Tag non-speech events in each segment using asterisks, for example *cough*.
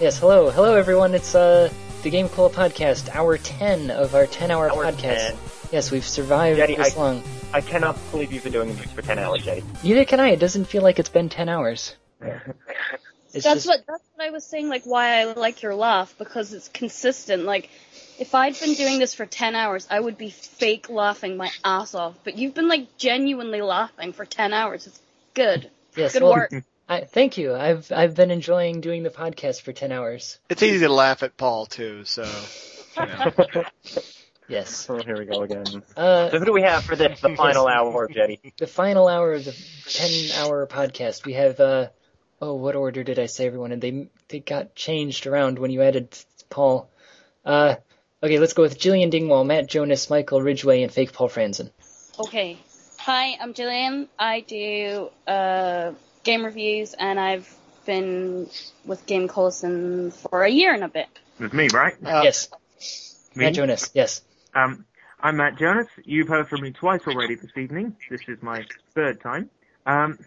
Yes, hello, hello everyone. It's uh the Game Cola podcast, hour ten of our ten-hour Hour podcast. 10. Yes, we've survived Jenny, this I- long. I cannot believe you've been doing this for 10 hours, Jenny. Neither can I. It doesn't feel like it's been ten *laughs* hours. It's that's just- what that's what I was saying. Like why I like your laugh because it's consistent. Like if I'd been doing this for ten hours, I would be fake laughing my ass off. But you've been like genuinely laughing for ten hours. It's good. Yes, good well, work. I, thank you. I've I've been enjoying doing the podcast for ten hours. It's easy to laugh at Paul too, so you know. Yes. Oh, here we go again. Uh, So who do we have for this, *laughs* the final hour, Jenny? the final hour of the ten-hour podcast, we have. uh Oh, what order did I say everyone? And they they got changed around when you added Paul. Uh, okay, let's go with Jillian Dingwall, Matt Jonas, Michael Ridgway, and Fake Paul Franzen. Okay. Hi, I'm Jillian. I do uh, game reviews, and I've been with Game Collison for a year and a bit. *laughs* With me, right? Uh, yes, Me? Matt Jonas. Yes. Um, I'm Matt Jonas. You've heard from me twice already this evening. This is my third time. Um,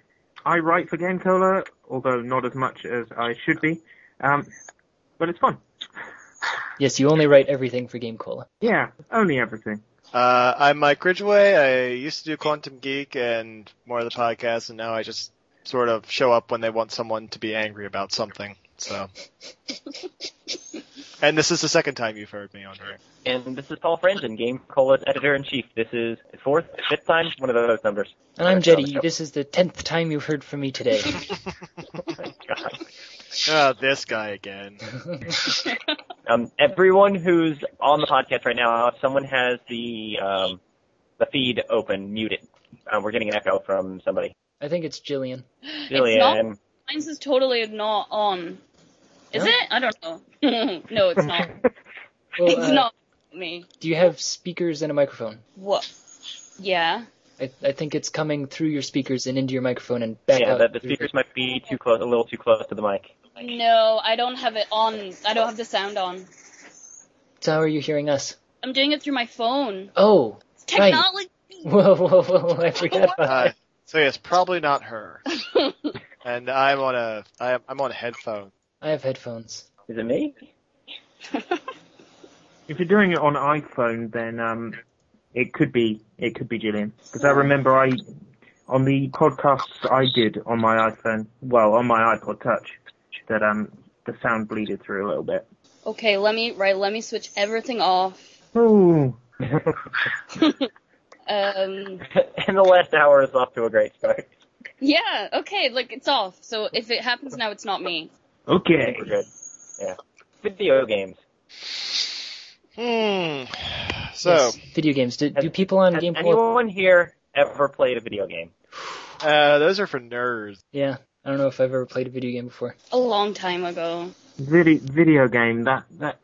I write for Gamcola, although not as much as I should be. Um, but it's fun. Yes, you only write everything for Game Cola. Yeah, only everything. Uh, I'm Mike Ridgway. I used to do Quantum Geek and more of the podcast, and now I just sort of show up when they want someone to be angry about something. So, and this is the second time you've heard me on here. And this is Paul Franzen, Game Cola's editor-in-chief. This is fourth, fifth time, one of those numbers. And I'm Alright, so Jetty. let's go. This is the tenth time you've heard from me *laughs* today. God. Oh, this guy again. Um, everyone who's on the podcast right now, if someone has the, um, the feed open, mute it. Uh, we're getting an echo from somebody. I think it's Jillian. Jillian, Mine's is totally not on. Is No? it? I don't know. *laughs* no, it's not. Well, it's uh, not me. Do you have speakers and a microphone? What? Yeah. I, I think it's coming through your speakers and into your microphone and back yeah, out. the, the through speakers might be too close, a little too close to the mic. No, I don't have it on. I don't have the sound on. So how are you hearing us? I'm doing it through my phone. Oh, *laughs* It's Right. technology. whoa, whoa, whoa! I forgot about Uh, that. so yes, probably not her. And I'm on a I, I'm on headphones. I have headphones. Is it me? If you're doing it on iPhone, then um, it could be it could be Gillian because I remember I on the podcasts I did on my iPhone, well, on my iPod Touch, that um the sound bleeded through a little bit. *laughs* okay, let me right. Let me switch everything off. *laughs* Ooh. Um. *laughs* and the last hour is off to a great start. Yeah. Okay. Like it's off. So if it happens now, it's not me. I think Okay. we're good. Yeah. Video games. Hmm. So. Yes, video games. Do, do people on Has Game Paul? anyone here ever played a video game? Uh, those are for nerds. Yeah, I don't know if I've ever played a video game before. A long time ago. Video video game that that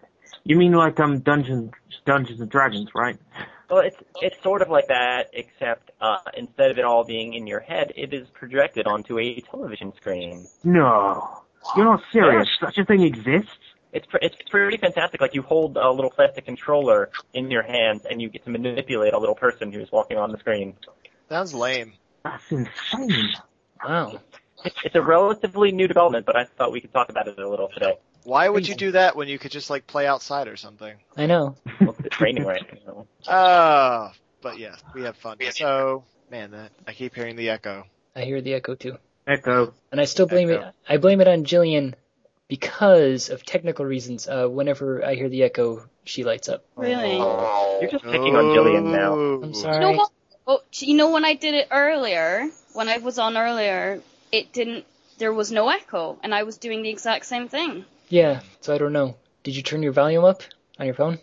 you mean like um Dungeons Dungeons and Dragons, right? Well, it's it's sort of like that, except uh, instead of it all being in your head, it is projected onto a television screen. No. You're not serious. Such a thing exists? It's pr- it's pretty fantastic. Like you hold a little plastic controller in your hand, and you get to manipulate a little person who's walking on the screen. Sounds lame. That's insane. Wow. It's, it's a relatively new development, but I thought we could talk about it a little today. Why would you do that when you could just like play outside or something? I know. Well, It's raining right now. Oh, but yes, we have fun. So, man, that I keep hearing the echo. I hear the echo too, *laughs* Echo. and I still blame it. Echo. I blame it on Jillian because of technical reasons. Uh, whenever I hear the echo, she lights up. Really. Oh, You're just picking on Jillian now. I'm You sorry. know what? Oh, do you know when I did it earlier, when I was on earlier, it didn't. There was no echo, and I was doing the exact same thing. Yeah. So I don't know. Did you turn your volume up on your phone?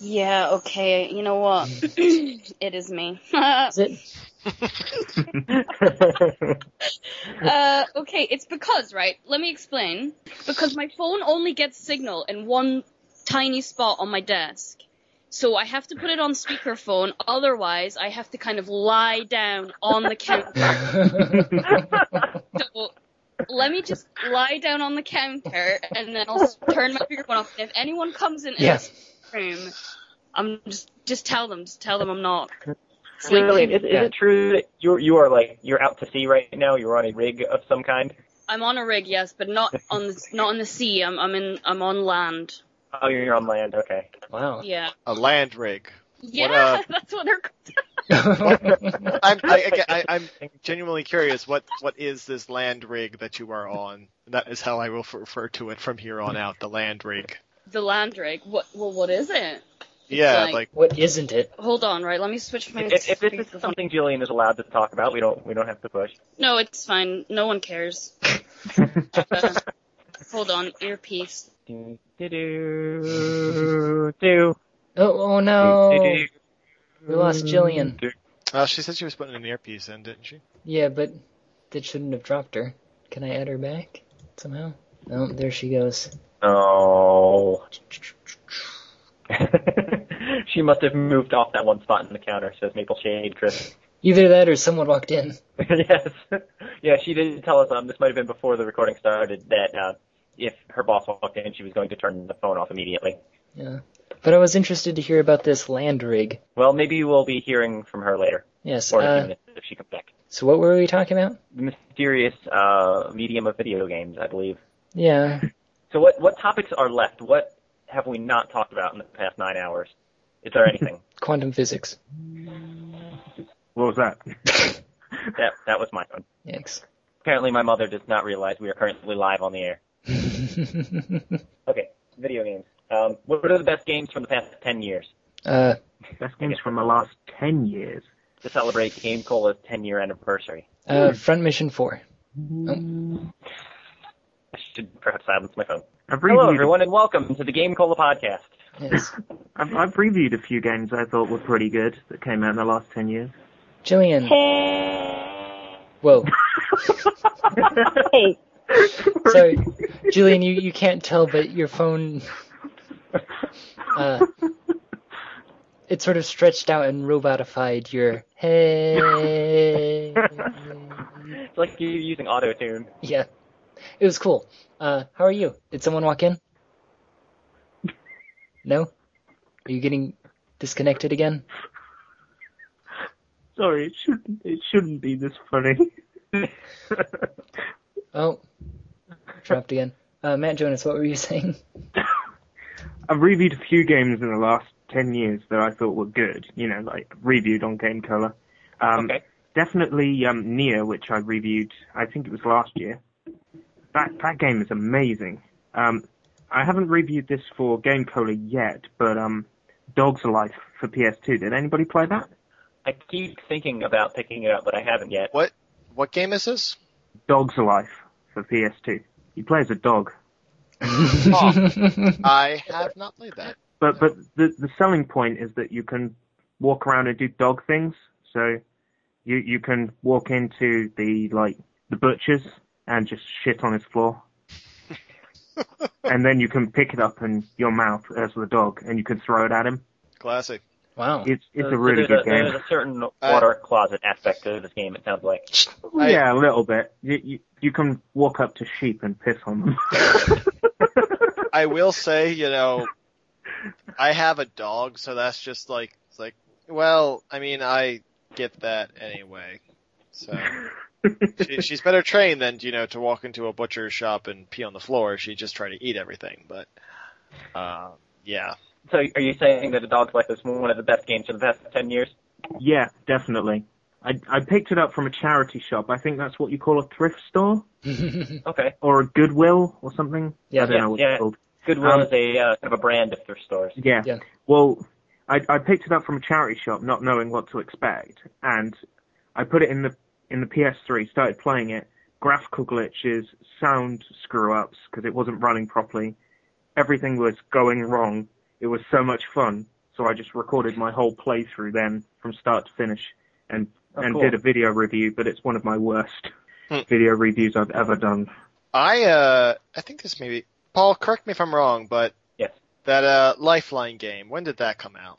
Yeah. Okay. You know what? *clears throat* it is me. *laughs* uh, Is it? Uh, okay. It's because right. Let me explain. Because my phone only gets signal in one tiny spot on my desk. So I have to put it on speakerphone, otherwise I have to kind of lie down on the counter. *laughs* So let me just lie down on the counter and then I'll s- turn my microphone off. And if anyone comes in *laughs* yeah. the room, I'm just just tell them, just tell them I'm not. Jillian, is, is Yeah. it true that you you are like you're out to sea right now? You're on a rig of some kind. I'm on a rig, yes, but not on the not on the sea. I'm I'm in I'm on land. Oh, you're on land. Okay. Wow. *laughs* Yeah. A land rig. Yeah, uh, *laughs* that's what they're called. I'm I, I, I, I'm genuinely curious. What what is this land rig that you are on? That is how I will f- refer to it from here on out. The land rig. the land rig. What well what is it? Yeah, Like- like what isn't it? Hold on, right? Let me switch my If, if this speakerphone. is something Jillian is allowed to talk about, we don't we don't have to push. No, it's fine. No one cares. Uh, hold on, earpiece. Do do do do. Oh, oh no. Mm-hmm. We lost Jillian. uh, she said she was putting an earpiece in, didn't she? Yeah, but that shouldn't have dropped her. Can I add her back somehow? Oh, there she goes. Oh. *laughs* she must have moved off that one spot in the counter. Says Maple Shade, Chris. *laughs* Either that or someone walked in. yes. Yeah, she did tell us. Um, this might have been before the recording started that uh, if her boss walked in, she was going to turn the phone off immediately. Yeah. But I was interested to hear about this land rig. Well, maybe we'll be hearing from her later, Yes. or in a few Uh, minutes if she comes back. so what were we talking about? The mysterious uh, medium of video games, I believe. Yeah. So what what topics are left? What have we not talked about in the past nine hours? Is there anything? Quantum physics. What was that? that that was my phone. Thanks. Apparently, my mother does not realize we are currently live on the air. Okay, video games. Um, what are the best games from the past ten years uh, Best games from the last ten years. to celebrate Game Cola's ten year anniversary? uh, Front Mission 4. I should perhaps silence my phone. I've reviewed, Hello, everyone, and welcome to the Game Cola podcast. Yes. I've, I've reviewed a few games I thought were pretty good that came out in the last ten years. Jillian. Whoa. Hey, *laughs* Sorry. Jillian, you, you can't tell, but your phone. Uh, it sort of stretched out and robotified your hey. It's like you're using auto tune. Yeah. It was cool. Uh, how are you? Did someone walk in? No? Are you getting disconnected again? Sorry, it shouldn't it shouldn't be this funny. *laughs* Oh. Dropped again. Uh, Matt Jonas, what were you *laughs* saying? I've reviewed a few games in the last ten years that I thought were good. You know, like reviewed on Game Color. Um, Okay. Definitely um, Nier, which I reviewed. I think it was last year. That that game is amazing. Um, I haven't reviewed this for Game Cola yet, but um, Dog's Life for PS2. Did anybody play that? I keep thinking about picking it up, but I haven't yet. What what game is this? Dog's Life for PS2. You play as a dog. I have not played that. But but the the selling point is that you can walk around and do dog things. So you you can walk into the like the butcher's and just shit on his floor. and then you can pick it up in your mouth as the dog and you can throw it at him. Classic. wow. *laughs* It's it's So a really there's good a, game. There's a Uh, certain water closet aspect to this game. It sounds like. I- yeah, a little bit. You, you you can walk up to sheep and piss on them. I will say, you know, I have a dog, so that's just like it's like well, I mean, I get that anyway. So she, she's better trained than you know to walk into a butcher's shop and pee on the floor. She just tried to eat everything, but uh, yeah, So are you saying that A Dog's Life is one of the best games for the past ten years? *laughs* yeah, definitely. I I picked it up from a charity shop. I think that's what you call a thrift store. Okay. or a Goodwill or something. Yeah, I don't yeah, know what yeah. it's called. Goodwill Um, is a uh, kind of a brand of thrift stores. Yeah. Yeah. Well, I I picked it up from a charity shop, not knowing what to expect, and I put it in the in the PS3, started playing it. Graphical glitches, sound screw ups because it wasn't running properly. Everything was going wrong. It was so much fun, so I just recorded my whole playthrough then from start to finish, and and Oh, cool. Hmm. did a video review. But it's one of my worst video reviews I've ever done. I uh, I think this maybe Paul, correct me if I'm wrong, but Yes. that uh, Lifeline game, when did that come out?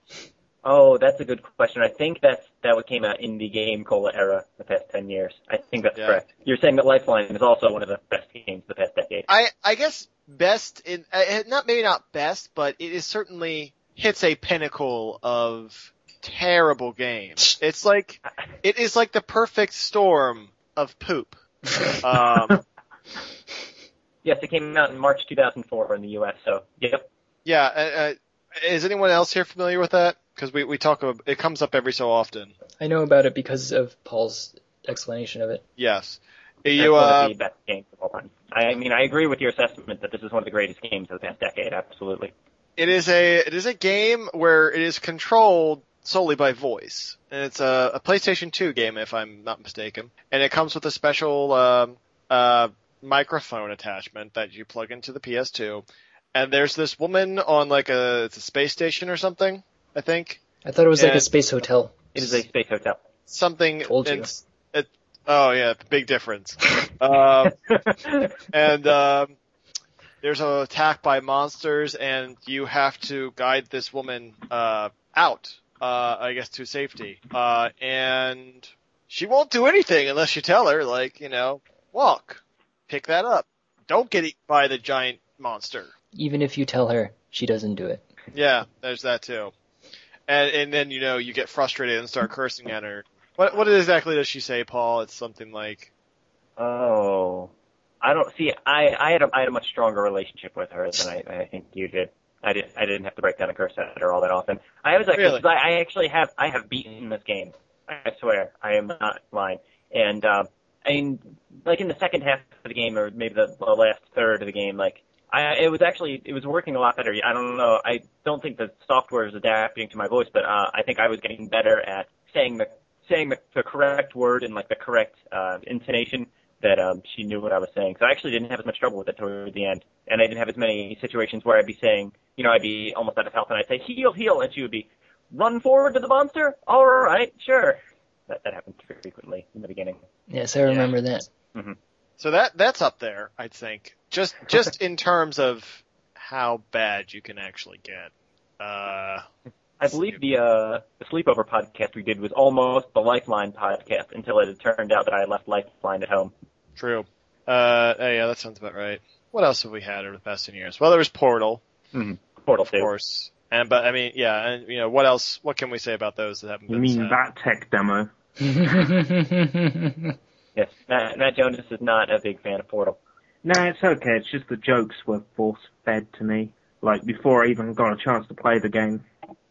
Oh, that's a good question. I think that's that what came out in the game cola era the past ten years. I think that's Yeah. correct. You're saying that Lifeline is also one of the best games of the past decade. I I guess best in uh, not maybe not best, but it is certainly hits a pinnacle of terrible games. It's like it is like the perfect storm of poop. Um, Yes, it came out in March 2004 in the U.S. So, yep. Yeah. Uh, uh, is anyone else here familiar with that? Because we we talk about it comes up every so often. I know about it because of Paul's explanation of it. Yes. That's You one uh, of the best games of all time. I mean, I agree with your assessment that this is one of the greatest games of the past decade. Absolutely. It is a it is a game where it is controlled solely by voice, and it's a, a PlayStation 2 game if I'm not mistaken. And it comes with a special um, uh, microphone attachment that you plug into the PS2. And there's this woman on like a it's a space station or something, I think I thought it was like Yeah. a space hotel. It is a space hotel. something. Told you. it's- It, oh yeah, big difference. um, and um, there's an attack by monsters, and you have to guide this woman uh, out, uh, I guess, to safety. Uh, and she won't do anything unless you tell her, like, you know, walk, pick that up, don't get eaten by the giant monster. Even if you tell her, she doesn't do it. Yeah, there's that too. And and then you know you get frustrated and start cursing at her. What what exactly does she say, Paul? It's something like Oh, I don't see. I I had a I had a much stronger relationship with her than I I think you did. I didn't I didn't have to break down a curse at her all that often. I was like, Really? I, I actually have I have beaten this game. I swear, I am not lying. And um, I mean, like in the second half of the game, or maybe the, the last third of the game, like I it was actually it was working a lot better. I don't know. I don't think the software is adapting to my voice, but uh, I think I was getting better at saying the saying the, the correct word and like the correct uh, intonation that um, she knew what I was saying. So I actually didn't have as much trouble with it toward the end, and I didn't have as many situations where I'd be saying, you know, I'd be almost out of health, and I'd say heal, heal, and she would be run forward to the monster. All right, sure. That that happened frequently in the beginning. Yes, I remember that. *laughs* so that that's up there, I think. Just *laughs* just in terms of how bad you can actually get. Uh I believe the uh, the sleepover podcast we did was almost the Lifeline podcast until it had turned out that I had left Lifeline at home. true. Uh oh, yeah, that sounds about right. What else have we had over the past ten years? Well there was Portal, Portal of 2. course. And but I mean, yeah, and you know, what else what can we say about those that haven't You been mean said? that tech demo? Yes, Matt, Matt Jonas is not a big fan of Portal. No, it's okay. It's just the jokes were force fed to me. Like before I even got a chance to play the game.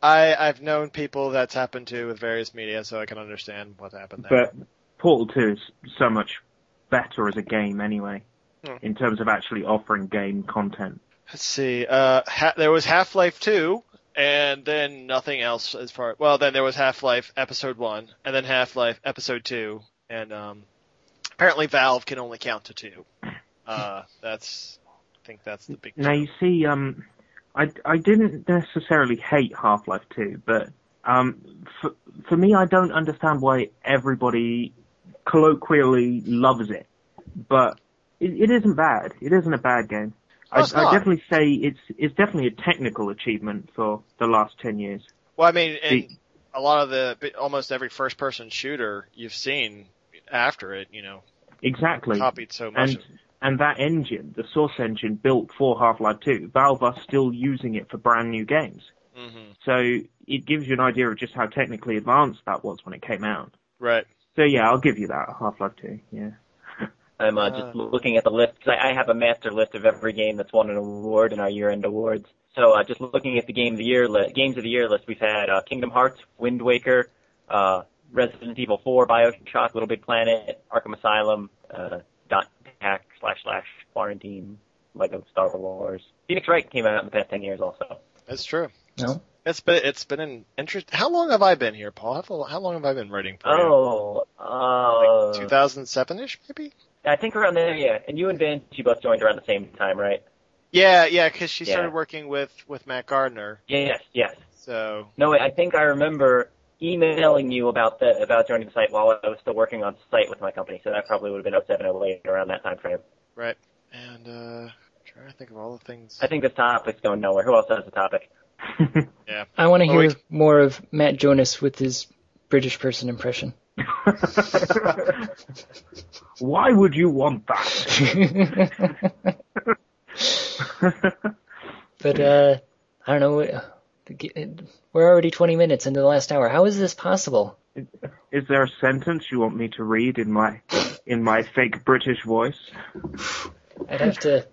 I I've known people that's happened to with various media, so I can understand what happened there. But Portal 2 is so much better as a game anyway, Hmm. in terms of actually offering game content. Let's see. Uh, ha- there was Half Life Two, and then nothing else as far. Well, then there was Half Life Episode One, and then Half Life Episode Two, and um, apparently Valve can only count to two. Uh, that's. I think that's the big. Now you see, um, I I didn't necessarily hate Half Life 2, but um, for for me, I don't understand why everybody colloquially loves it, but it, it isn't bad. It isn't a bad game. Oh, it's I, I not. definitely say it's it's definitely a technical achievement for the last ten years. Well, I mean, and a lot of the almost every first-person shooter you've seen after it, you know, Exactly. copied so much. and of- and that engine, the source engine built for Half-Life 2, Valve are still using it for brand new games. Mhm. So it gives you an idea of just how technically advanced that was when it came out. Right. So yeah, I'll give you that Half-Life 2. Yeah. I'm uh, just looking at the list 'cause I, I have a master list of every game that's won an award in our year-end awards. So uh, just looking at the game of the year list, games of the year list, we've had uh, Kingdom Hearts, Wind Waker, uh, Resident Evil 4, BioShock, Little Big Planet, Arkham Asylum, uh, Dot Hack slash slash Quarantine, Lego Star Wars. Phoenix Wright came out in the past ten years also. That's true. no? It's been it's been an interest. How long have I been here, Paul? How, how long have I been writing for you? Oh, uh, 2007-ish, maybe? I think around there, yeah. And you and Vince, you both joined around the same time, right? Yeah, yeah, because she Yeah. started working with, with Matt Gardner, Yes, yes. so... No, wait, I think I remember emailing you about the about joining the site while I was still working on site with my company. So that probably would have been 07, 08, around that time frame. And, uh, trying to think of all the things... I think this topic's going nowhere. Who else has a topic? I want to Oh, hear wait. more of Matt Jonas with his British person impression. Why would you want that? *laughs* *laughs* But uh, I don't know. uh, We're already 20 minutes into the last hour. How is this possible? Is there a sentence you want me to read in my in my fake British voice? *laughs* I'd have to.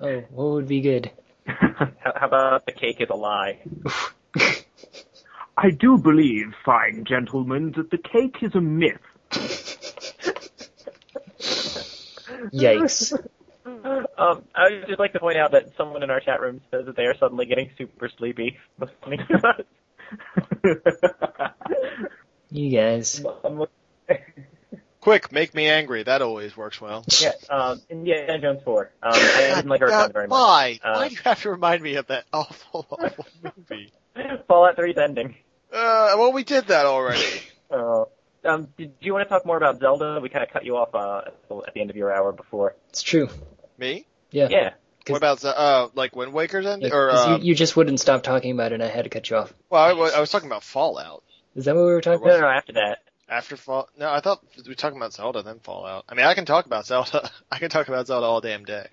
Oh, what would be good? How, how about the cake is a lie? I do believe, fine gentlemen, that the cake is a myth. *laughs* Yikes. Um, I would just like to point out that someone in our chat room says that they are suddenly getting super sleepy *laughs* listening to us. You guys. Um, Quick, make me angry. That always works well. yeah, um, Indiana Jones 4. Um, I didn't like her God, sound very much. why? Uh, why do you have to remind me of that awful, *laughs* awful movie? Fallout 3's ending. Uh, well, we did that already. *laughs* Uh, um, did you want to talk more about Zelda? We kind of cut you off uh, at the- at the end of your hour before. It's true. me? Yeah. Yeah. What 'Cause- about the, uh, like Wind Waker's Yeah, ending? Or, 'cause uh, you, you just wouldn't stop talking about it, and I had to cut you off. well, I, wa- I was talking about Fallout. Is that what we were talking No, no, about? no, after that. After Fall, no, I thought we were talking about Zelda, then Fallout. I mean, I can talk about Zelda. *laughs* I can talk about Zelda all damn day.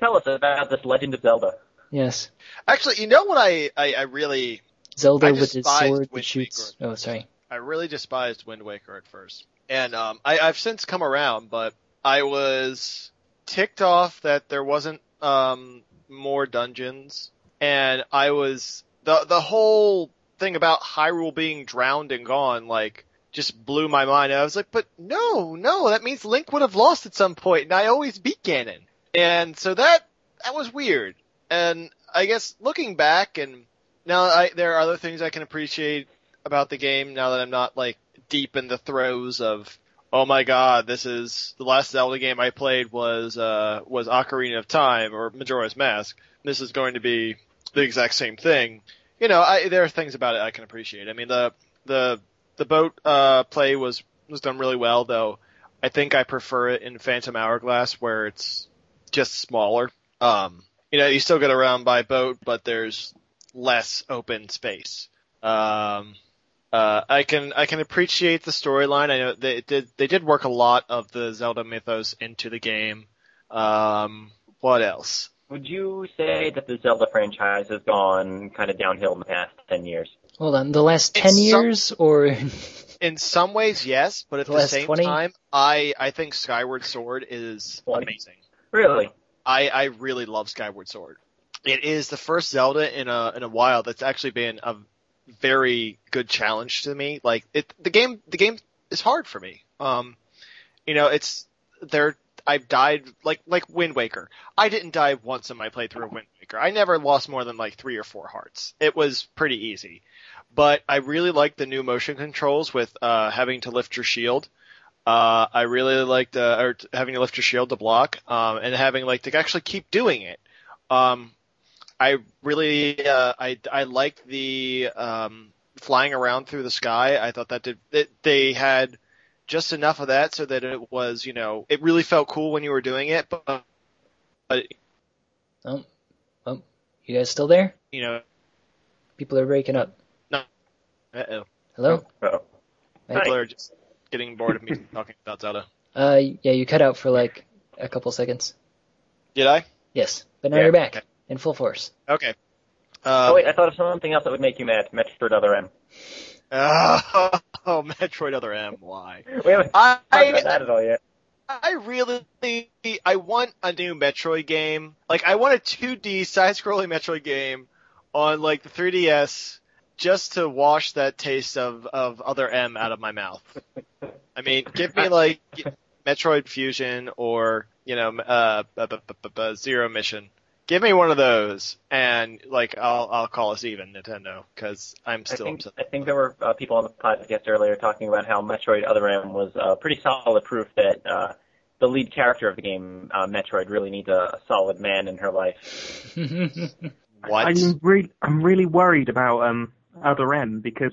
Tell us about this Legend of Zelda. Yes. Actually, you know what I, I, I really, I Zelda with his despise sword that Wind shoots. Oh, sorry. I really despised Wind Waker at first. And um, I, I've since come around, but I was ticked off that there wasn't um, more dungeons. And I was the the whole thing about Hyrule being drowned and gone, like just blew my mind. I was like, but no, no, that means Link would have lost at some point, and I always beat Ganon. And so that that was weird. And I guess looking back, and now I, there are other things I can appreciate about the game now that I'm not like deep in the throes of oh my god, this is the last Zelda game I played was uh was Ocarina of Time or Majora's Mask. This is going to be the exact same thing. You know, I there are things about it I can appreciate. I mean the the the boat uh play was was done really well though. I think I prefer it in Phantom Hourglass where it's just smaller. Um you know, you still get around by boat, but there's less open space. Um, uh, I can I can appreciate the storyline. I know they did they did work a lot of the Zelda mythos into the game. Um, what else? Would you say that the Zelda franchise has gone kind of downhill in the past 10 years? Hold on. The last It's 10 some- years, or. *laughs* In some ways, yes, but at the Last same 20? time, I I think Skyward Sword is amazing. Really? I I really love Skyward Sword. It is the first Zelda in a in a while that's actually been a very good challenge to me. Like it, the game the game is hard for me. Um, you know, it's there. I've died like like Wind Waker. I didn't die once in my playthrough of Wind Waker. I never lost more than like three or four hearts. It was pretty easy, but I really like the new motion controls with uh, having to lift your shield. Uh, I really liked uh, or t- having to lift your shield to block, um, and having like to actually keep doing it. Um, I really uh, I I liked the um, flying around through the sky. I thought that did it, they had just enough of that so that it was you know it really felt cool when you were doing it, but, but Oh, oh, you guys still there? you know People are breaking up. uh-oh. Hello? Oh. people are just getting bored of me *laughs* talking about Zelda. Uh, yeah, you cut out for like a couple seconds. Did I? Yes, but now Yeah, you're back okay. in full force. Okay. Oh Um, wait, I thought of something else that would make you mad. Metroid Other M. *laughs* oh, Metroid Other M. Why? We haven't I, talked about that at all yet. I really, I want a new Metroid game. Like, I want a 2D side-scrolling Metroid game on like the 3DS, just to wash that taste of of other M out of my mouth. I mean, give me like Metroid Fusion or you know uh, bu- bu- bu- bu- bu- Zero Mission. Give me one of those, and like I'll I'll call us even Nintendo because I'm I still think, upset. I think there were uh, people on the podcast earlier talking about how Metroid Other M was uh, pretty solid proof that uh, the lead character of the game, uh, Metroid, really needs a, a solid man in her life. What? I'm really, I'm really worried about um Other M because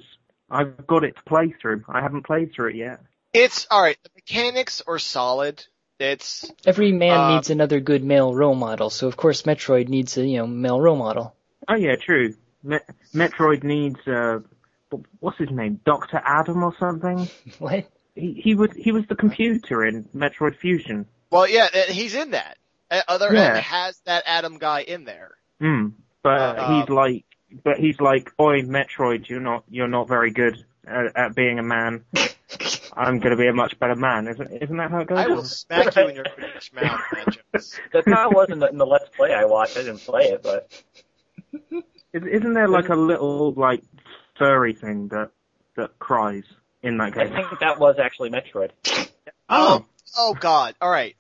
I've got it to play through. I haven't played through it yet. It's all right. The mechanics are solid. It's Every man Uh, needs another good male role model, so of course Metroid needs a you know male role model. Oh yeah, true. Me- Metroid needs uh, wh- what's his name, Doctor Adam or something? What? He he was he was the computer in Metroid Fusion. Well, yeah, and he's in that. Uh, Other Yeah. M has that Adam guy in there. Hmm. But Uh, he's like, but he's like, oi, Metroid, you're not you're not very good. at, at being *laughs* a man, I'm going to be a much better man. Isn't isn't that how it goes? I will smack you in your bitch mouth, Matt *laughs* Jones. That's how it was in the, in the Let's Play I watched. I didn't play it, but Is- Isn't there like a little like furry thing that that cries in that I game? think that was actually Metroid. *laughs* Oh, oh God! All right.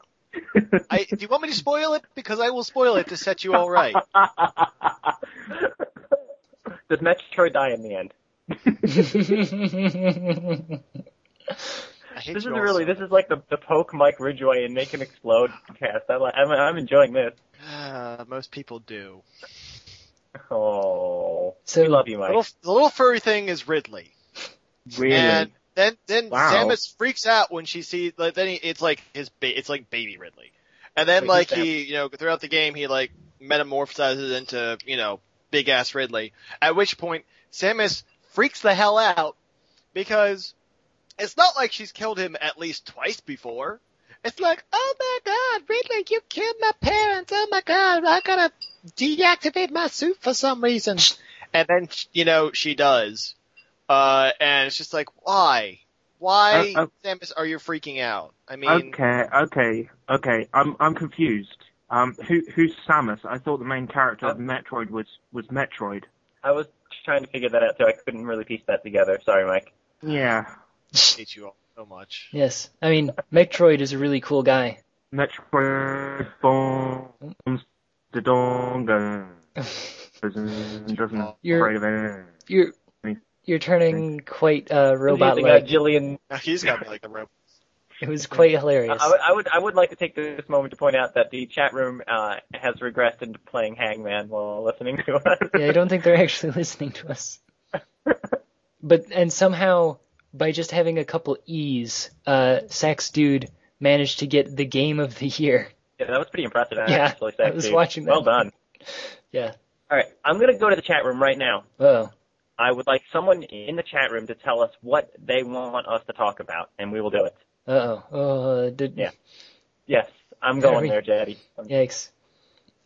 *laughs* I, do you want me to spoil it? Because I will spoil it to set you all right. Does Metroid die in the end? I *laughs* hate This is you all really, so this is like the, the poke Mike Ridgway and make him explode cast. I li- I'm, I'm enjoying this. Uh, *sighs* most people do. Oh, *laughs* So- we love you, The Mike. little, the little furry thing is Ridley, really? and then then Wow. Samus freaks out when she sees. Like, then he, it's like his ba- it's like baby Ridley, and then Wait, like who's he you know throughout the game he like metamorphosizes into you know big ass Ridley. At which point Samus freaks the hell out because it's not like she's killed him at least twice before. It's like, oh my god, Ridley, you killed my parents. Oh my god, I gotta deactivate my suit for some reason. And then, you know, she does. Uh, and it's just like, why? Why, Uh, uh, Samus, are you freaking out? I mean, Okay, okay, okay. I'm I'm confused. Um, who who's Samus? I thought the main character of Metroid was was Metroid. I was trying to figure that out, so I couldn't really piece that together. Sorry, Mike. Yeah, I hate you all so much. *laughs* yes, I mean Metroid is a really cool guy. *laughs* Metroid bombs the dongo. Doesn't doesn't You're- afraid of anything. You're you're turning quite uh, Using a robot-like. Jillian Now he's got like the rope. It was quite I, hilarious. I would- I would I would like to take this moment to point out that the chat room uh, has regressed into playing Hangman while listening to us. yeah, I don't think they're actually *laughs* listening to us. But and somehow by just having a couple E's, uh, Sax Dude managed to get the game of the year. *laughs* *laughs* Yeah, that was pretty impressive. I Yeah, actually, I Zach, was dude. watching that. Well done. Yeah. All right, I'm gonna go to the chat room right now. Oh, I would like someone in the chat room to tell us what they want us to talk about, and we will do it. uh oh, oh, did, Yeah. Yes, I'm There going we- there, Daddy. I'm- yikes!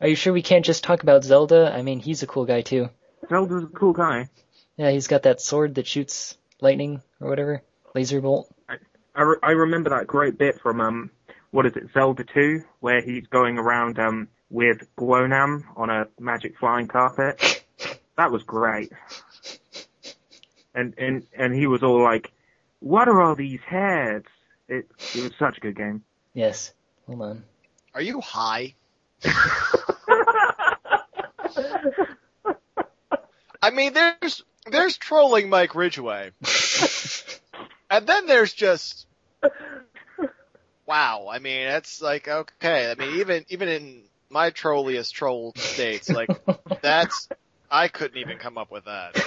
Are you sure we can't just talk about Zelda? I mean, he's a cool guy too. Zelda's a cool guy. Yeah, he's got that sword that shoots lightning or whatever, laser bolt. I, re- I remember that great bit from um, what is it, Zelda 2, where he's going around um with Glonam on a magic flying carpet. That was great. And and and he was all like, "What are all these heads?" It it was such a good game. Yes. Hold on. Are you high? I mean, there's there's trolling Mike Ridgway, and then there's just wow. I mean, that's like okay. I mean, even even in my trolliest troll states, like that's I couldn't even come up with that.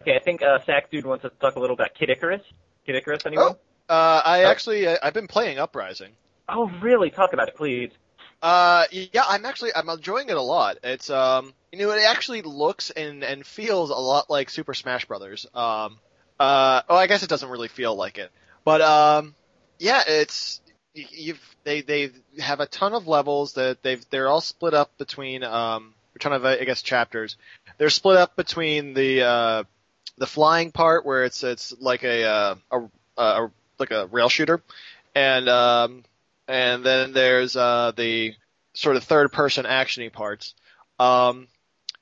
Okay, I think uh, Sack Dude wants us to talk a little about Kid Icarus. Kid Icarus, anyone? Oh. Uh, I actually I, I've been playing Uprising. Oh, really? Talk about it, please. Uh, yeah, I'm actually I'm enjoying it a lot. It's um, you know, it actually looks and and feels a lot like Super Smash Brothers. Um, uh, well, I guess it doesn't really feel like it, but um, yeah, it's y- you've they they have a ton of levels that they've they're all split up between um, a ton of I guess chapters. They're split up between the uh, the flying part where it's it's like a uh, a, a like a rail shooter, and um, and then there's uh, the sort of third person actiony parts. Um,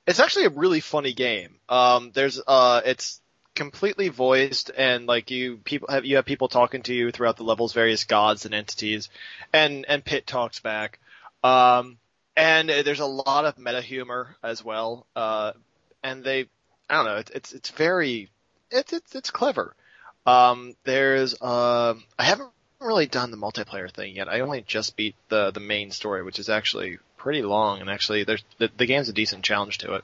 it's actually a really funny game. Um, there's uh, it's completely voiced and like you people have you have people talking to you throughout the levels, various gods and entities, and and Pit talks back. Um, and uh, there's a lot of meta humor as well. Uh, and they, I don't know, it's it's, it's very it's it's it's clever. Um, there's uh, I haven't really done the multiplayer thing yet. I only just beat the the main story, which is actually pretty long, and actually there's the, the game's a decent challenge to it.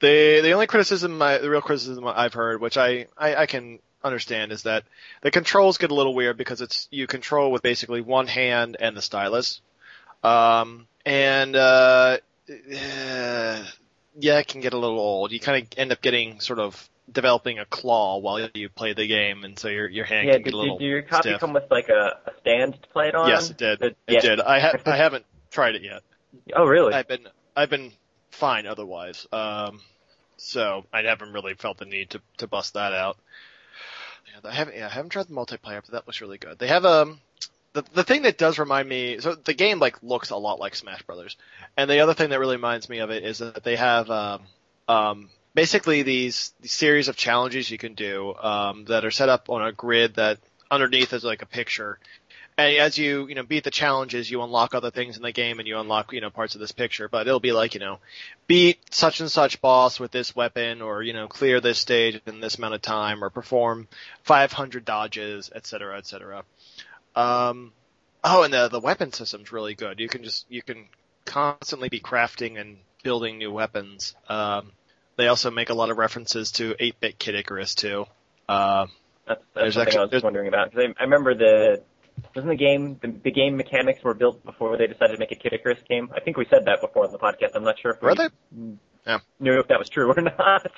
The the only criticism, I, the real criticism I've heard, which I, I I can understand, is that the controls get a little weird because it's you control with basically one hand and the stylus, um, and uh, eh, yeah, it can get a little old. You kind of end up getting sort of developing a claw while you play the game, and so your your hand yeah, can did, get a little did your copy stiff. come with like a, a stand to play it on? Yes, it did. Uh, It yeah. did. I ha- I haven't tried it yet. Oh, really? I've been I've been fine otherwise. Um, so I haven't really felt the need to, to bust that out. Yeah, I haven't yeah, I haven't tried the multiplayer, but that looks really good. They have um the the thing that does remind me so the game like looks a lot like Smash Brothers, and the other thing that really reminds me of it is that they have um um basically these, these series of challenges you can do um that are set up on a grid that underneath is like a picture. And as you, you know, beat the challenges, you unlock other things in the game and you unlock, you know, parts of this picture, but it'll be like, you know, beat such and such boss with this weapon or, you know, clear this stage in this amount of time or perform 500 dodges, et cetera, et cetera. Um, oh, and the, the weapon system's really good. You can just, you can constantly be crafting and building new weapons. Um, they also make a lot of references to 8-bit Kid Icarus too. Uh, That's, that's There's something actually- I was there's- wondering about. 'Cause I, I remember the wasn't the game the, the game mechanics were built before they decided to make a Kid Icarus game. I think we said that before on the podcast. I'm not sure if were we they? knew if that was true or *laughs* not.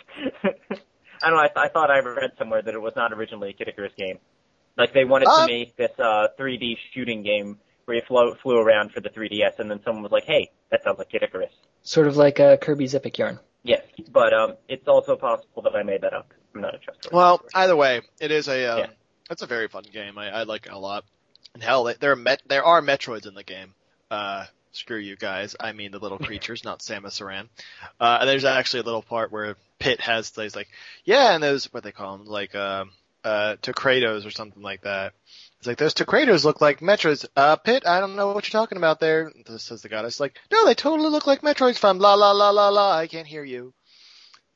I don't know. I, I thought I read somewhere that it was not originally a Kid Icarus game. Like they wanted Um, to make this uh 3D shooting game where you flew flew around for the 3DS, and then someone was like, "Hey, that sounds like Kid Icarus." Sort of like uh, Kirby's Epic Yarn. Yes, but um, it's also possible that I made that up. I'm not a trustworthy. Well, either way, it is a um, Yeah. it's a very fun game. I, I like it a lot. And hell, there are met- there are Metroids in the game. Uh, screw you guys. I mean the little creatures, not Samus Aran. Uh, and there's actually a little part where Pit has these like yeah, and those what they call them like um uh Tocratos or something like that. It's like those Tocratos look like Metroids. Uh, Pit, I don't know what you're talking about there. Says the goddess. Like no, they totally look like Metroids from la la la la la. I can't hear you.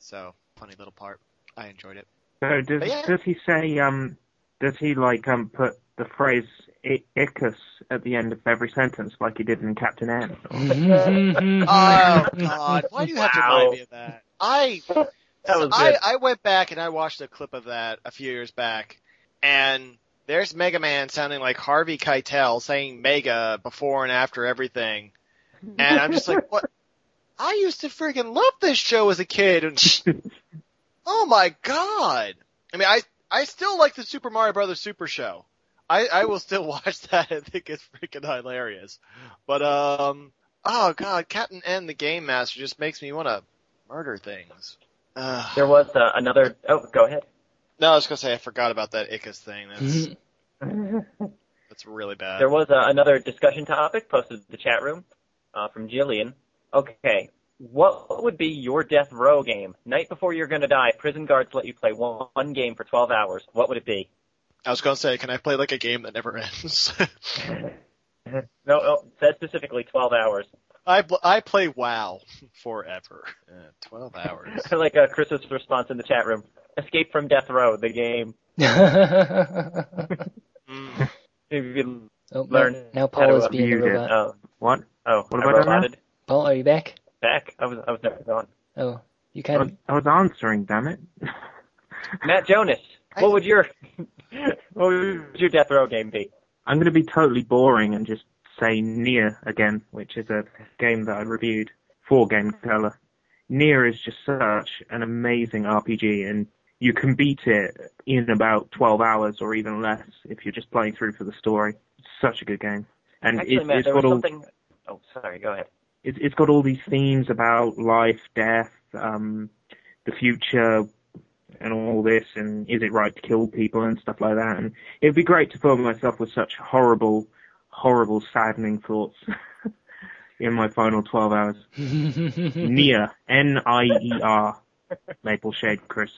So funny little part. I enjoyed it. So does But yeah. does he say um does he like um put the phrase I- "icus" at the end of every sentence like he did in Captain N? Oh Mm-hmm. God! Why do you have to Wow. remind me of that? I that was I, good. I went back and I watched a clip of that a few years back, and there's Mega Man sounding like Harvey Keitel saying Mega before and after everything, and I'm just like, what? I used to freaking love this show as a kid, and oh my God! I mean, I I still like the Super Mario Brothers Super Show. I, I will still *laughs* watch that. I think it's freaking hilarious. But um, oh god, Captain N, the Game Master, just makes me want to murder things. Uh, There was uh, another. Oh, go ahead. no, I was gonna say I forgot about that Icus thing. That's that's really bad. Mm-hmm. There was uh, another discussion topic posted to the chat room uh, from Jillian. Okay, what would be your death row game? Night before you're gonna die, prison guards let you play one, one game for 12 hours. What would it be? I was gonna say, can I play like a game that never *laughs* ends? No, no said specifically 12 hours, *laughs* I bl- I play WoW *laughs* forever. Uh, *laughs* Twelve hours. like uh, Chris's response in the chat room. Escape from death row, the game. Mm. You can *laughs* oh, no, Learn now how Paul to is being a abuse it. robot. oh, What? oh, What I about that now? roboted Paul, are you back? back. I was I was never gone. Oh, you I kind *laughs* *laughs* was, of. I was answering, damn it. *laughs* Matt Jonas, what would your what would your death row game be? I'm going to be totally boring and just say Nier again, which is a game that I reviewed for Game Color. Nier is just such an amazing RPG and you can beat it in about 12 hours or even less if you're just playing through for the story. It's such a good game. And Actually, it, Matt, it's there was got all, something. Oh, sorry. Go ahead. it, it's got all these themes about life, death, um, the future, and all this, and is it right to kill people and stuff like that. And it'd be great to fill myself with such horrible, horrible, saddening thoughts *laughs* in my final 12 hours. Near, N-I-E-R, E Maple Shade, Chris.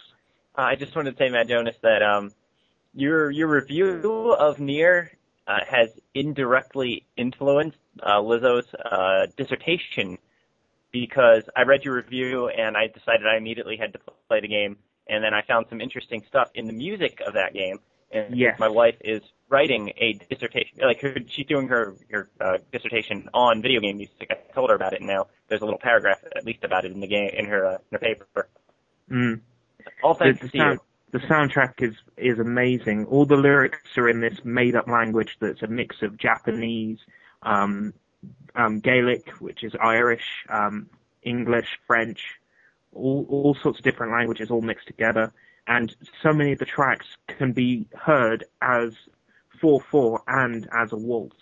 Uh, I just wanted to say, Matt Jonas, that um, your your review of Near uh, has indirectly influenced uh, Lizzo's uh, dissertation because I read your review and I decided I immediately had to play the game, and then I found some interesting stuff in the music of that game. And Yes. my wife is writing a dissertation, like her, she's doing her her uh, dissertation on video game music. I told her about it now. There's a little paragraph at least about it in the game in her uh, in her paper. Mm. All The, thanks the, to you. sound, the soundtrack is, is amazing. All the lyrics are in this made up language that's a mix of Japanese, um, um, Gaelic, which is Irish, um, English, French, all, all sorts of different languages all mixed together. And so many of the tracks can be heard as 4 4 and as a waltz.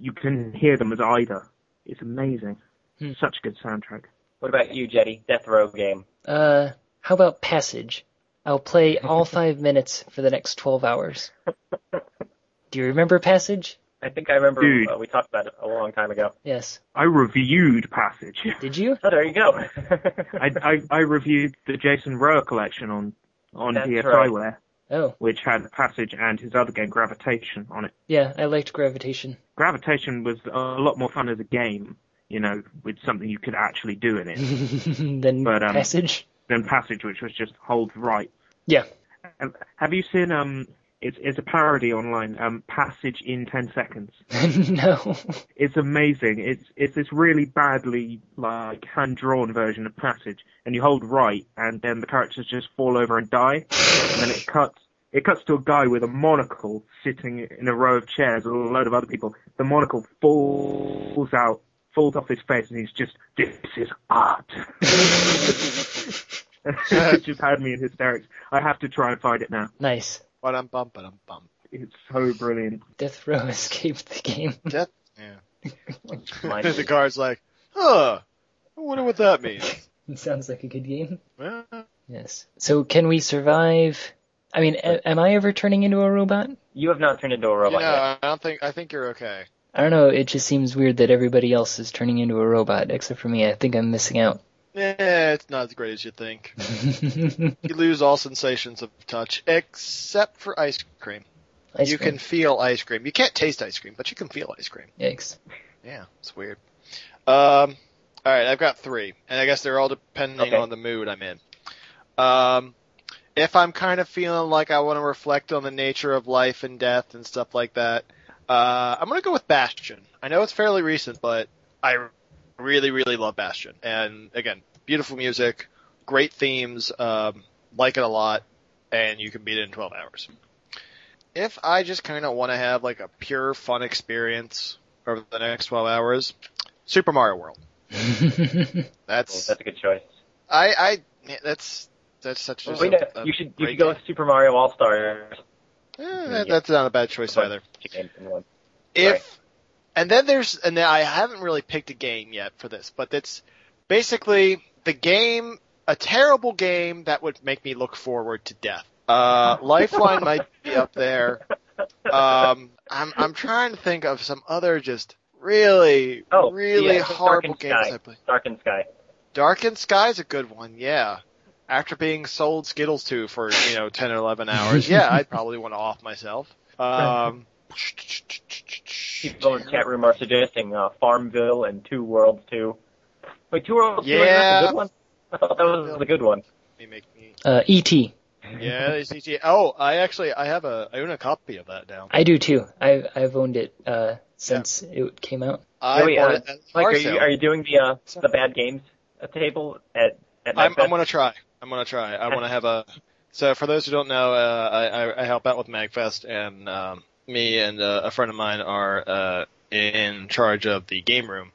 You can hear them as either. It's amazing. Hmm. Such a good soundtrack. What about you, Jetty? Death Row game. Uh, How about Passage? I'll play all *laughs* five minutes for the next 12 hours. Do you remember Passage? I think I remember Dude. uh, we talked about it a long time ago. Yes. I reviewed Passage. *laughs* Did you? Oh, there you go. *laughs* I, I, I reviewed the Jason Roa collection on on That's DSiWare, Oh, which had Passage and his other game Gravitation on it. yeah, I liked *laughs* Gravitation. Gravitation was a lot more fun as a game, you know, with something you could actually do in *laughs* it then But, um, Passage? than Passage, which was just hold right. Yeah. *laughs* Um, Have you seen um? It's it's a parody online. Um, Passage in ten seconds. no. It's amazing. It's it's this really badly like hand drawn version of Passage, and you hold right, and then the characters just fall over and die, and then it cuts. It cuts to a guy with a monocle sitting in a row of chairs with a load of other people. The monocle falls out, falls off his face, and he's just, this is art. *laughs* it just had me in hysterics. I have to try and find it now. nice. But I'm bum, but I'm *laughs* bum. It's so brilliant. Death Row *laughs* escaped the game. *laughs* That, yeah. Mind the you. guard's like, huh, I wonder what that means. It sounds like a good game. Well, Yes. So can we survive? I mean, a- am I ever turning into a robot? you have not turned into a you know, robot yet. I don't think, I think you're okay. I don't know. It just seems weird that everybody else is turning into a robot except for me. I think I'm missing out. *laughs* Yeah, it's not as great as you think. You lose all sensations of touch, except for ice cream. Ice you cream. can feel ice cream. You can't taste ice cream, but you can feel ice cream. Yikes. Yeah, it's weird. Um, all right, I've got three, and I guess they're all depending Okay. on the mood I'm in. Um, if I'm kind of feeling like I want to reflect on the nature of life and death and stuff like that, uh, I'm gonna go with Bastion. I know it's fairly recent, but I really, really love Bastion. And again, beautiful music, great themes, um, like it a lot, and you can beat it in 12 hours. If I just kind of want to have like a pure fun experience over the next 12 hours, Super Mario World. Well, That's that's a good choice. I I man, that's that's such just Wait, a, no, a you should you great should go game. with Super Mario All Stars. Eh, that- that's not a bad choice either. If Right. and then there's and then I haven't really picked a game yet for this, but it's basically the game a terrible game that would make me look forward to death. *laughs* Uh, Lifeline might be up there. Um, I'm I'm trying to think of some other just really Oh, really yeah, horrible Darkened games Sky. I play. Darkened Sky. Darkened Sky's a good one, yeah. After being sold Skittles to for, you know, 10 or 11 hours, yeah, I'd probably want to off myself. Um, People in the chat room are suggesting uh, Farmville and Two Worlds Two. Wait, Two Worlds Two is Yeah. that the good one? I thought that was the good one. They make me- *laughs* Uh, E.T. yeah, they see- Oh, I actually, I have a, I own a copy of that now. I do too. I've I've owned it uh, since it came out. I Wait, bought uh, it at a Mike, car are you, sale. are you doing the uh, the bad games at table at at I'm, Magfest? I'm gonna try. I'm gonna try. I want to have a. So for those who don't know, uh, I, I- I help out with Magfest, and um, me and uh, a friend of mine are uh, in charge of the game room,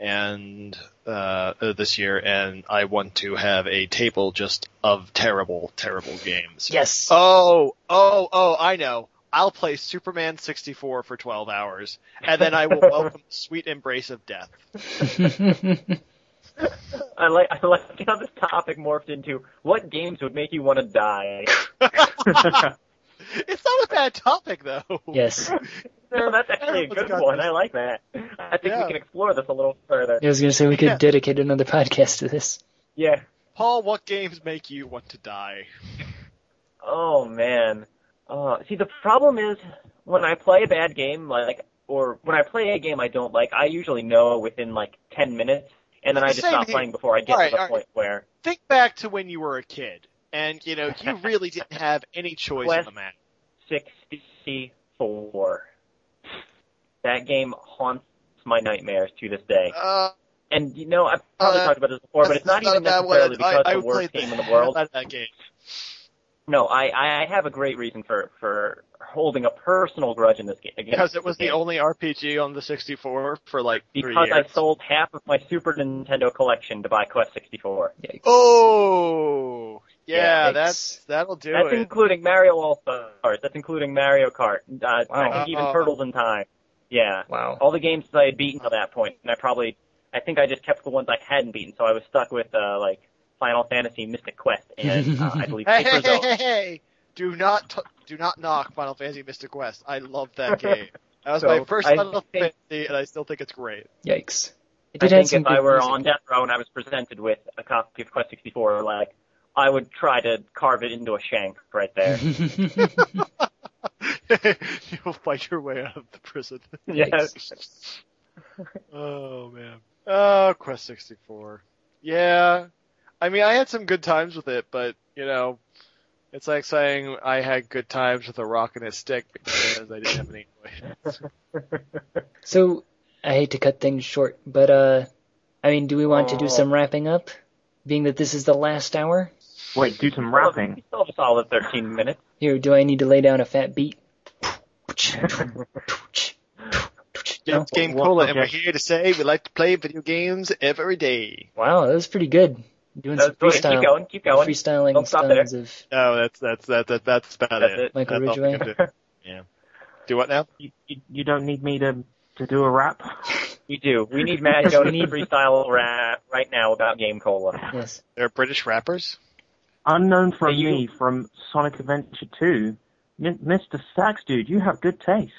and uh, uh, this year, and I want to have a table just of terrible, terrible games. *laughs* Yes. Oh, oh, oh! I know. I'll play Superman 64 for 12 hours, and then I will welcome the sweet embrace of death. I like I like how this topic morphed into what games would make you want to die. *laughs* It's not a bad topic though. yes. No, *laughs* that's actually a Everyone's good got one. this. I like that. I think Yeah. we can explore this a little further. I was gonna say we could Yeah. dedicate another podcast to this. Yeah. Paul, what games make you want to die? Oh man. Uh, see, the problem is when I play a bad game, like, or when I play a game I don't like, I usually know within like ten minutes, and then I just Same stop here. playing before I get Alright, to the alright. point where Think back to when you were a kid, and you know you really didn't have any choice in the matter. sixty-four. That game haunts my nightmares to this day. Uh, And you know, I've probably Uh, talked about this before, but that's- it's not, that's not even a bad one. necessarily I- because I the would worst play game in the the world. *laughs* hell out of that game. No, I, I have a great reason for for holding a personal grudge in this game. against because it was this the game. only RPG on the 64 for like three because years. I sold half of my Super Nintendo collection to buy Quest 64. Yikes. Oh, yeah, Yeah, that's that'll do That's it. including Mario All Stars. That's including Mario Kart. Uh, I Wow. think even Uh-oh. Turtles in Time. Yeah, Wow. all the games that I had beaten to that point, and I probably, I think I just kept the ones I hadn't beaten, so I was stuck with uh, like Final Fantasy Mystic Quest, and uh, I *laughs* believe Hey, Paper hey, hey, Zone. hey, hey! Do not t- do not knock Final Fantasy Mystic Quest. I love *laughs* that game. That was my So, first I Final think- Fantasy, and I still think it's great. *laughs* Yikes. It I did have think some if I good were music. on death row and I was presented with a copy of Quest 64, like I would try to carve it into a shank right *laughs* there. You'll fight your way out of the prison. yes. *laughs* Oh man. Oh, Quest 64. Yeah. I mean, I had some good times with it, but you know, it's like saying I had good times with a rock and a stick because I didn't have *laughs* any. so I hate to cut things short, but uh, I mean, do we want to do Oh. some wrapping up? Being that this is the last hour, Wait, do some We rapping. still have a solid 13 minutes. here, do I need to lay down a fat beat? *laughs* No? It's Game what Cola, and we're subject? here to say we like to play video games every day. Wow, that was pretty good. Doing some That's good. Keep freestyle, going. Keep going. freestyling Don't stop there. sounds of No, that's that's that, that that's about That's it. it. Michael That's all we Ridgway. can do. Yeah. Do what now? You, you, you don't need me to to do a rap. We do. We need Matt Yes, Jonas we to need- freestyle *laughs* rap right now about Game Cola. yes. *laughs* They're British rappers. Unknown from Hey, you- me from Sonic Adventure 2, M- Mr. Sax, dude, you have good taste.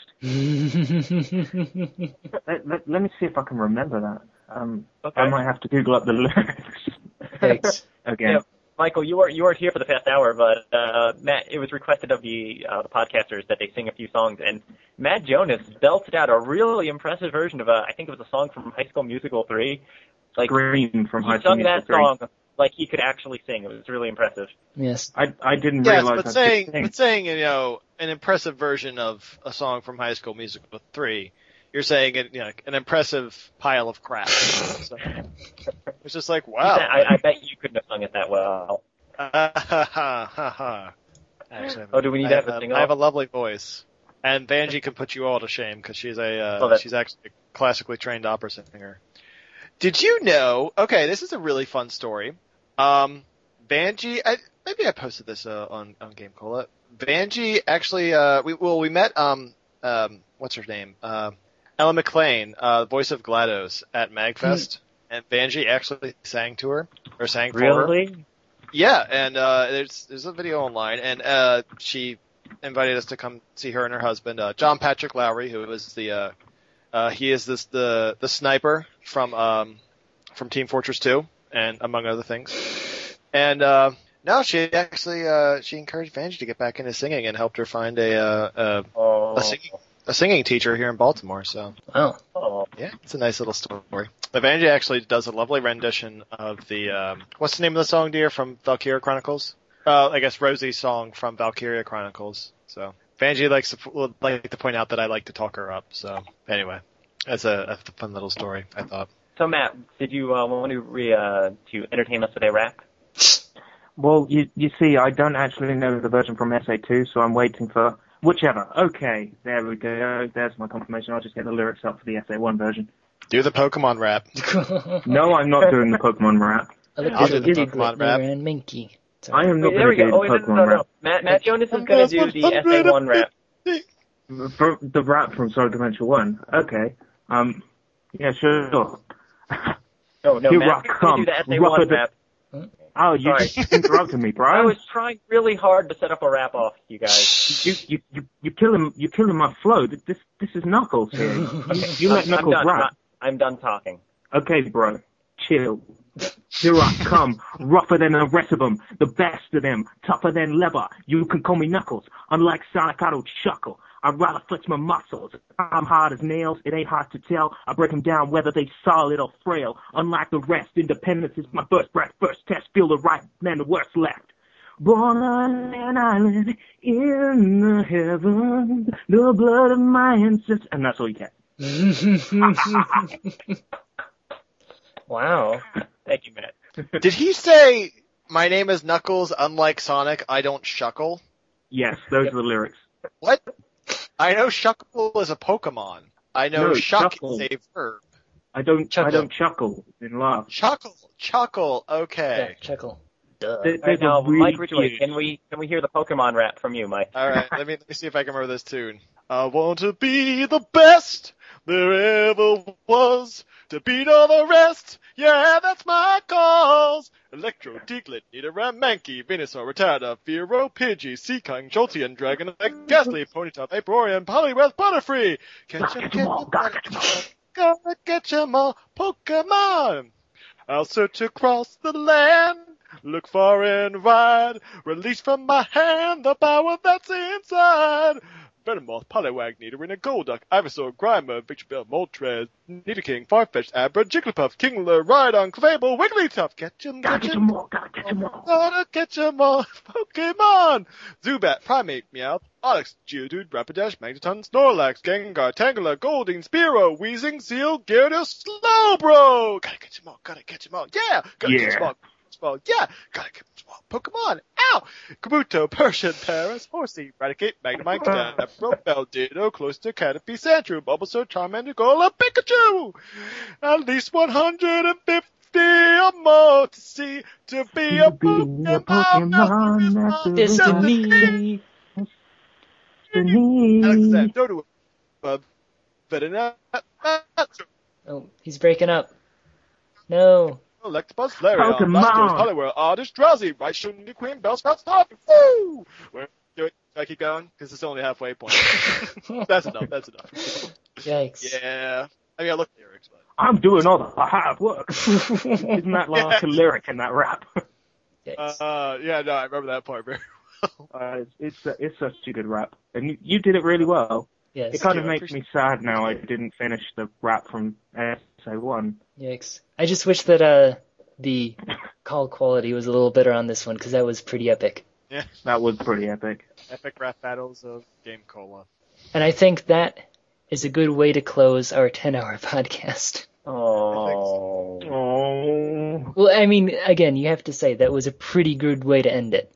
Let, let, let me see if I can remember that. Um, Okay. I might have to Google up the lyrics Yikes. *laughs* again. Yep. Michael, you weren't you weren't here for the past hour, but uh, Matt, it was requested of the uh, the podcasters that they sing a few songs, and Matt Jonas belted out a really impressive version of a I think it was a song from High School Musical three. Like Green from he High School sung Musical that 3. song like he could actually sing. It was really impressive. Yes. I, I didn't Yes, realize but I saying could sing. but saying you know an impressive version of a song from High School Musical three, you're saying it, you know, an impressive pile of *laughs* crap. so, it's just like wow, I, I bet you couldn't have sung it that well. *laughs* Ah, ha, ha, ha, ha. I actually have- Oh, do we need I to have have a a, sing-off? Um, I have a lovely voice, and Vanjie can put you all to shame because she's a Love uh, it. she's actually a classically trained opera singer. Did you know? Okay, this is a really fun story. Um, Vanjie, I, maybe I posted this uh, on on Game Cola. Vanjie actually, uh, we well we met um um what's her name um Ella McLean, uh, voice of Glados at Magfest, Hmm. and Vanjie actually sang to her or sang for her. Yeah, and uh, there's there's a video online, and uh, she invited us to come see her and her husband, uh, John Patrick Lowry, who was the uh, uh, he is this the the sniper from um, from Team Fortress 2, and among other things. And uh, no, she actually uh, she encouraged Vanjie to get back into singing and helped her find a uh, Oh, a, a singing a singing teacher here in Baltimore. So Wow. *laughs* oh. yeah, it's a nice little story. But Vanjie actually does a lovely rendition of the um, what's the name of the song, dear, from Valkyria Chronicles? Uh, I guess Rosie's song from Valkyria Chronicles. So Vanjie likes to would like to point out that I like to talk her up. So anyway, that's a, a fun little story. I thought. So Matt, did you uh, want to re, uh, to entertain us with a rap? Well, you you see, I don't actually know the version from SA2, so I'm waiting for whichever. Okay, there we go. There's my confirmation. I'll just get the lyrics up for the SA1 version. Do the Pokemon rap. No, I'm not doing the *laughs* Pokemon rap. I looked I'll at do a the piglet, Pokemon mirror, rap. and minky. It's I alright. am not Wait, there going we to do go. Oh, wait, no, no, the Pokemon no, no. rap. Matt, Matt Jonas is going to do the SA1 rap. For the rap from Sonic Adventure 1. Okay. Um. Yeah, sure. No, no, You Matt, rock, you're gonna do the come, SA1 rock with it. rap. Oh, you Sorry. just interrupted *laughs* me, I bro. was trying really hard to set up a rap off, you guys. You you you you killing you killing my flow. Th- This this is *laughs* Knuckles here. You, you I'm, let I'm Knuckles done. rap. I'm done talking. Okay, bro. Chill. Here I come, rougher than the rest of them, the best of them, tougher than leather. You can call me Knuckles. Unlike Sonic, I don't chuckle. I'd rather flex my muscles. I'm hard as nails, it ain't hard to tell. I break 'em down whether they solid or frail. Unlike the rest, independence is my first breath, first test. Feel the right, then the worst left. Born on an island in the heavens, the blood of my ancestors. And that's all you get. wow. Thank you, Matt. *laughs* Did he say my name is Knuckles? Unlike Sonic, I don't shuckle. Yes, those are the lyrics. What? I know shuckle is a Pokemon. I know No, shuck shuckle. is a verb. I don't Chuckle. I don't chuckle in laugh. Chuckle, chuckle. Okay. *laughs* Yeah, chuckle. Duh. There- All right, there's now, a really Mike Ridgway, huge- can we can we hear the Pokemon rap from you, Mike? All right, let me let me see if I can remember this tune. I want to be the best there ever was to beat all the rest. Yeah, that's my cause. Electro, Diglett, Nidoram, Mankey, Venusaur, Rattata, Fearow, Pidgey, Seekung, Jolteon, Dragonite, Ghastly, Ponyta, Vaporeon, Poliwrath, Butterfree! Catch 'em, Knock catch 'em all, 'em, knock catch 'em all, catch 'em all, Pokemon! I'll search across the land, look far and wide, release from my hand the power that's inside! Venomoth, Poliwag, Nidorina, Golduck, Ivysaur, Grimer, Victreebel, Moltres, Nidoking, Farfetch'd, Abra, Jigglypuff, Kingler, Rhydon, Clefable, Wigglytuff, catch 'em, Gotta catch get 'em, some more, gotta get some more. Gotta catch 'em all, Pokemon! Zubat, Primate, Meowth, Onyx, Geodude, Rapidash, Magneton, Snorlax, Gengar, Tangela, Golding, Spearow, Weezing, Seal, Gyarados, Slowbro! Gotta catch 'em all, gotta catch 'em all, yeah! Gotta Yeah. catch 'em all, catch 'em all, yeah! Gotta catch 'em all, Pokemon, ow! Kabuto, Persian, Paris, Horsey, Eradicate, Magnemite, Kadabra, Beldito, Cloyster, Caterpie, Sandshrew, Bulbasaur, Charmander, Gola, Pikachu! At least 150 or more to see, to be a To be a Pokemon. Pokemon, that's the that's the thing. Destiny. Destiny. Alexander, Dodo, uh, Venonat, Oh, he's breaking up. No. Electabuzz, Flareon, Pokemon. Lapdos, Poliwhirl, Oddish, Drowsy, Raichu, Nidoqueen, Bellsprout, Starly, woo! We're doing, I keep going, because it's only halfway *laughs* point. that's enough, that's enough. Yikes. Yeah. I mean, I look at the lyrics, but. I'm doing all the hard work. Isn't that like a Yes. lyric in that rap? *laughs* *laughs* Yikes. Uh, yeah, no, I remember that part very well. Uh, it's it's, a, it's such a good rap, and you, you did it really well. It yes. kind you, of I makes me sad now I didn't finish the rap from SA one. Yikes. I just wish that uh the call quality was a little better on this one because that was pretty epic. Yeah. That was pretty epic. Epic rap battles of Game Cola. And I think that is a good way to close our 10-hour *laughs* podcast. Oh. Oh. Well, I mean, again, you have to say that was a pretty good way to end it.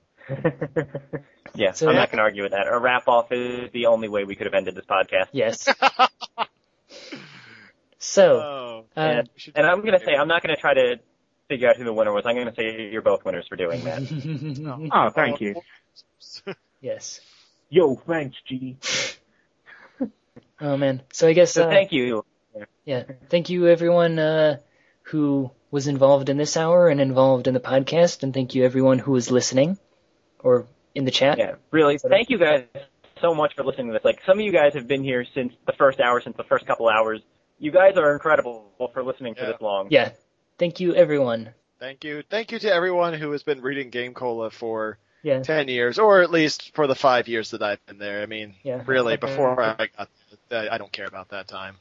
Yeah, So- I'm not going to argue with that. A wrap off is the only way we could have ended this podcast. *laughs* Yes. So, Oh. uh, we should- And I'm going to say, I'm not going to try to figure out who the winner was. I'm going to say you're both winners for doing *laughs* that. oh, thank you. *laughs* yes. Yo, thanks, G. Oh man. So I guess So uh, thank you. yeah, thank you everyone uh, who was involved in this hour and involved in the podcast, and thank you everyone who was listening or in the chat. Yeah, really. Thank you guys so much for listening to this. Like, some of you guys have been here since the first hour, since the first couple hours. You guys are incredible for listening for Yeah. this long. Yeah. Thank you everyone. *laughs* Thank you. Thank you to everyone who has been reading Game Cola for Yeah. 10 years, or at least for the five years that I've been there. I mean, Yeah. really, before I got, I don't care about that time.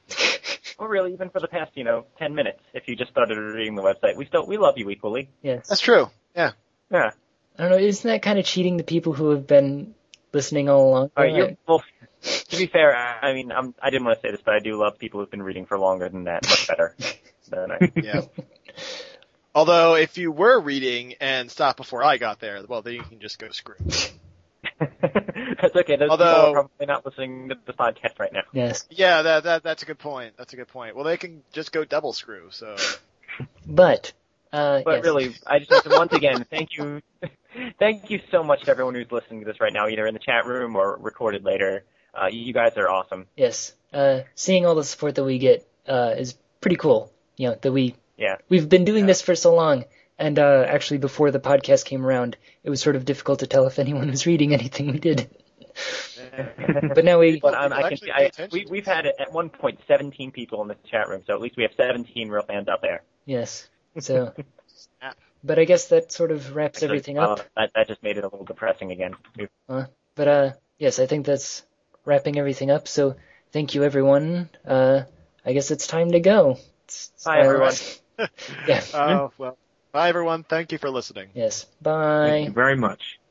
Or really, even for the past, you know, 10 minutes, if you just started reading the website. We still, we love you equally. Yes. That's true. Yeah. Yeah. I don't know. Isn't that kind of cheating the people who have been listening all along? All right, you're, well, to be fair, I I mean, I'm, I didn't want to say this, but I do love people who've been reading for longer than that, much *laughs* better. than I. *laughs* Yeah. Although, if you were reading and stopped before I got there, well, then you can just go screw. *laughs* That's okay. Those people Although- are probably not listening to the podcast right now. Yes. Yeah, that, that that's a good point. That's a good point. Well, they can just go double screw. So But. Uh, But yes. really, I just want to once again thank you, *laughs* thank you so much to everyone who's listening to this right now, either in the chat room or recorded later. Uh, you guys are awesome. Yes. Uh, seeing all the support that we get uh, is pretty cool. You know, that we Yeah. we've been doing this for so long, and uh, actually before the podcast came around, it was sort of difficult to tell if anyone was reading anything we *laughs* did. but now we But um, people I can actually see, pay I, attention we, to we've this. had at one point 17 people in the chat room, so at least we have 17 real fans out there. yes. So, Snap. but I guess that sort of wraps So, everything uh, up. that, that just made it a little depressing again. But uh, yes, I think that's wrapping everything up. So thank you, everyone. Uh, I guess it's time to go. It's- it's Bye, everyone. *laughs* yeah. Uh, Oh well. Bye everyone. Thank you for listening. Yes. Thank Bye. you very much.